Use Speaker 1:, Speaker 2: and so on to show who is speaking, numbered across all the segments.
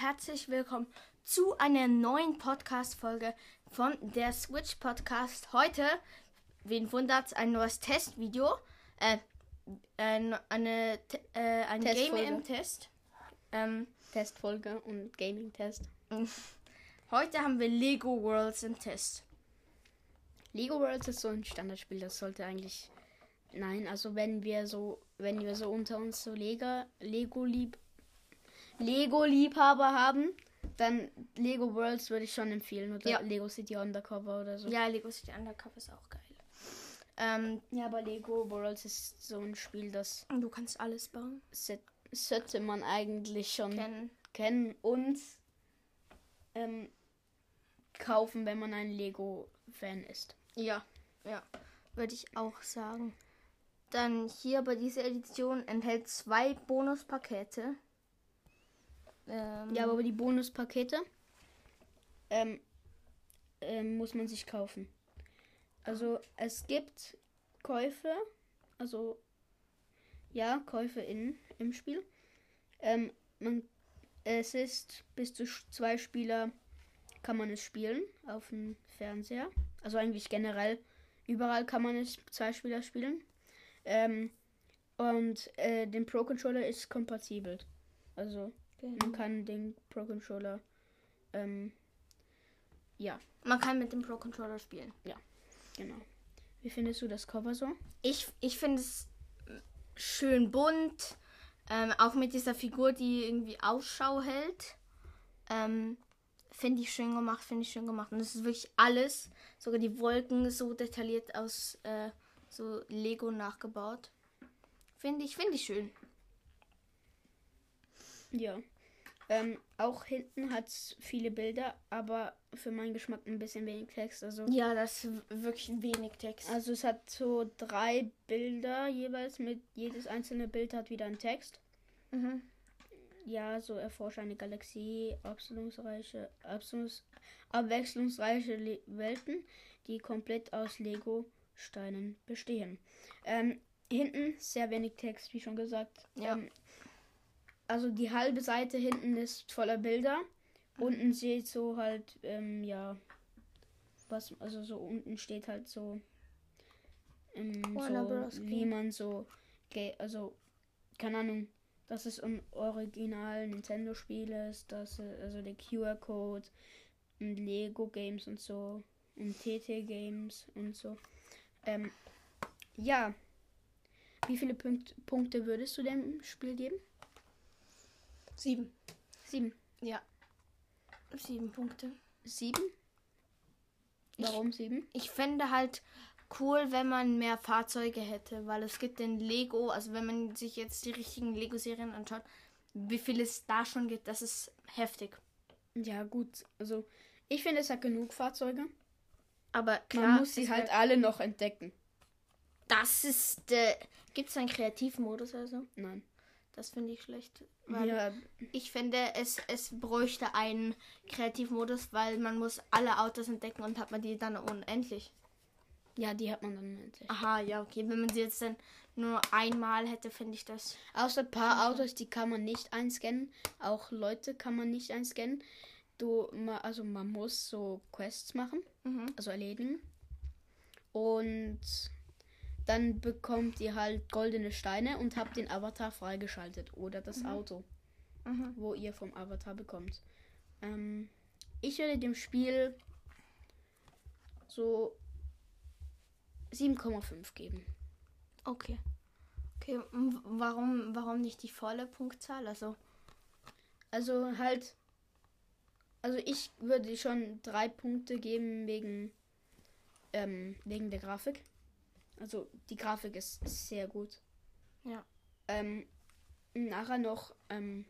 Speaker 1: herzlich willkommen zu einer neuen Podcast-Folge von der Switch Podcast. Heute, wen wundert's, ein neues Testvideo. Äh, ein, eine, Te- äh, ein
Speaker 2: Testfolge.
Speaker 1: Game im Test. Ähm,
Speaker 2: Testfolge und Gaming-Test.
Speaker 1: heute haben wir Lego Worlds im Test.
Speaker 2: Lego Worlds ist so ein Standardspiel, das sollte eigentlich. Nein, also wenn wir so, wenn wir so unter uns so Lego, Lego lieb, Lego Liebhaber haben, dann Lego Worlds würde ich schon empfehlen oder
Speaker 1: Ja.
Speaker 2: Lego City Undercover oder so.
Speaker 1: Ja, Lego City Undercover ist auch geil. Ähm,
Speaker 2: Ja, aber Lego Worlds ist so ein Spiel, das
Speaker 1: du kannst alles bauen.
Speaker 2: se- sollte man eigentlich schon
Speaker 1: Kennen.
Speaker 2: kennen und ähm, kaufen, wenn man ein Lego Fan ist.
Speaker 1: Ja, ja, würde ich auch sagen. Dann hier bei dieser Edition enthält zwei Bonuspakete. Ähm,
Speaker 2: Ja, aber die Bonuspakete ähm, ähm, muss man sich kaufen. Also es gibt Käufe, also ja, Käufe in, im Spiel. Ähm, man, es ist bis zu sch- zwei Spieler kann man es spielen auf dem Fernseher. Also eigentlich generell überall kann man es zwei Spieler spielen. Ähm, und äh, den Pro Controller ist kompatibel. Also man kann den Pro Controller. Ähm, ja,
Speaker 1: man kann mit dem Pro Controller spielen.
Speaker 2: genau. Wie findest du das Cover so?
Speaker 1: Ich, ich finde es schön bunt. Ähm, auch mit dieser Figur, die irgendwie Ausschau hält. Ähm, finde ich schön gemacht, finde ich schön gemacht. Und es ist wirklich alles, sogar die Wolken so detailliert aus äh, so Lego nachgebaut. Finde ich, finde ich schön.
Speaker 2: Ja. Ähm, auch hinten hat es viele Bilder, aber für meinen Geschmack ein bisschen wenig Text. Also,
Speaker 1: Ja, das ist w- wirklich wenig Text.
Speaker 2: also es hat so drei Bilder jeweils mit jedes einzelne Bild hat wieder einen Text.
Speaker 1: Mhm.
Speaker 2: Ja, so erforsche eine Galaxie, abwechslungsreiche, abwechslungs- abwechslungsreiche Le Welten, die komplett aus Lego-Steinen bestehen. Ähm, hinten sehr wenig Text, wie schon gesagt.
Speaker 1: Ja.
Speaker 2: Ähm, also die halbe Seite hinten ist voller Bilder.
Speaker 1: Mhm.
Speaker 2: Unten steht so halt, ähm, ja, was, also so unten steht halt so, ähm,
Speaker 1: Warner
Speaker 2: so
Speaker 1: Bros.
Speaker 2: wie man so, ge- also, keine Ahnung, dass es ein original Nintendo-Spiel ist, dass äh, also der QR-Code und Lego-Games und so und TT-Games und so. Ähm, ja. Wie viele Punkt Punkte würdest du dem Spiel geben?
Speaker 1: Sieben.
Speaker 2: Sieben.
Speaker 1: Ja. Sieben Punkte.
Speaker 2: Sieben? Warum sieben?
Speaker 1: Ich fände halt cool, wenn man mehr Fahrzeuge hätte, weil es gibt den Lego, also wenn man sich jetzt die richtigen Lego-Serien anschaut, wie viel es da schon gibt, das ist heftig.
Speaker 2: Ja, gut. Also, ich finde, es hat genug Fahrzeuge.
Speaker 1: Aber
Speaker 2: Man
Speaker 1: klar,
Speaker 2: muss sie
Speaker 1: es
Speaker 2: halt
Speaker 1: wär-
Speaker 2: alle noch entdecken.
Speaker 1: Das ist. Äh, gibt es einen Kreativmodus oder so?
Speaker 2: Nein.
Speaker 1: Das finde ich schlecht. Weil
Speaker 2: Ja,
Speaker 1: Ich finde, es, es bräuchte einen Kreativmodus, weil man muss alle Autos entdecken und hat man die dann unendlich.
Speaker 2: ja, die hat man dann endlich.
Speaker 1: Aha, ja, okay. Wenn man sie jetzt dann nur einmal hätte, finde ich das.
Speaker 2: Außer ein paar Autos, die kann man nicht einscannen. Auch Leute kann man nicht einscannen. Du, ma- also man muss so Quests machen,
Speaker 1: Mhm.
Speaker 2: also erledigen. Und dann bekommt ihr halt goldene Steine und habt den Avatar freigeschaltet oder das Auto,
Speaker 1: Mhm.
Speaker 2: wo ihr vom Avatar bekommt. Ähm, ich würde dem Spiel so 7,5 geben.
Speaker 1: Okay. Okay, m- warum, warum nicht die volle Punktzahl? Also,
Speaker 2: Also halt. Also ich würde schon drei Punkte geben wegen, ähm, wegen der Grafik. Also die Grafik ist sehr gut.
Speaker 1: ja.
Speaker 2: Ähm, nachher noch ähm,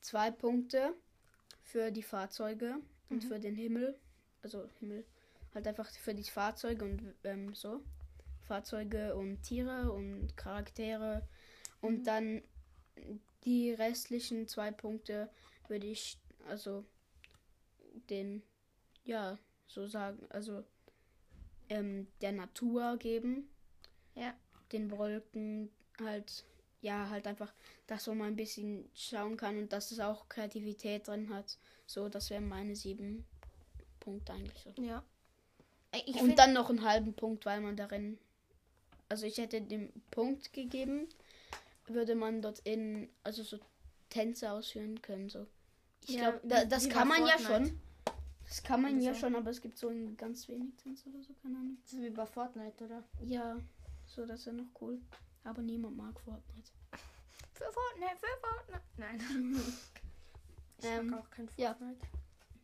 Speaker 2: zwei Punkte für die Fahrzeuge und für den Himmel. Also Himmel. Halt einfach für die Fahrzeuge und ähm, so. Fahrzeuge und Tiere und Charaktere. Und dann die restlichen zwei Punkte würde ich, also den, ja, so sagen, also ähm, der Natur geben
Speaker 1: Ja.
Speaker 2: den Wolken halt, ja, halt einfach, dass man mal ein bisschen schauen kann und dass es auch Kreativität drin hat. So, das wären meine sieben Punkte eigentlich so.
Speaker 1: Ja. Äh, Ich
Speaker 2: und
Speaker 1: find-
Speaker 2: dann noch einen halben Punkt, weil man darin. Also ich hätte den Punkt gegeben, würde man dort in, also so Tänze ausführen können. So. Ich
Speaker 1: Ja,
Speaker 2: glaube, da,
Speaker 1: wie-
Speaker 2: das
Speaker 1: wie
Speaker 2: kann
Speaker 1: bei
Speaker 2: man ja
Speaker 1: Fortnite.
Speaker 2: schon. Das kann man
Speaker 1: Oder
Speaker 2: ja
Speaker 1: so.
Speaker 2: schon, aber es gibt so ein ganz wenig Tänze oder so, keine Ahnung.
Speaker 1: so wie bei Fortnite, oder?
Speaker 2: Ja, so das wäre noch cool. Aber niemand mag Fortnite.
Speaker 1: Für Fortnite, für Fortnite. Nein. ich
Speaker 2: Ähm,
Speaker 1: mag auch kein
Speaker 2: ja.
Speaker 1: Fortnite.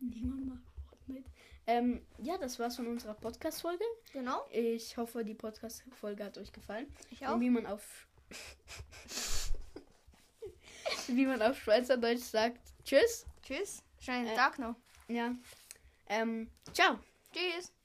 Speaker 2: Niemand mag Fortnite. Ähm, ja, das war's von unserer Podcast-Folge.
Speaker 1: Genau,
Speaker 2: Ich hoffe, die Podcast-Folge hat euch gefallen.
Speaker 1: ich auch.
Speaker 2: Wie man auf. wie man auf Schweizerdeutsch sagt. Tschüss.
Speaker 1: Tschüss. Schönen
Speaker 2: Äh,
Speaker 1: Tag noch.
Speaker 2: Ja. Ähm, ciao.
Speaker 1: Tschüss.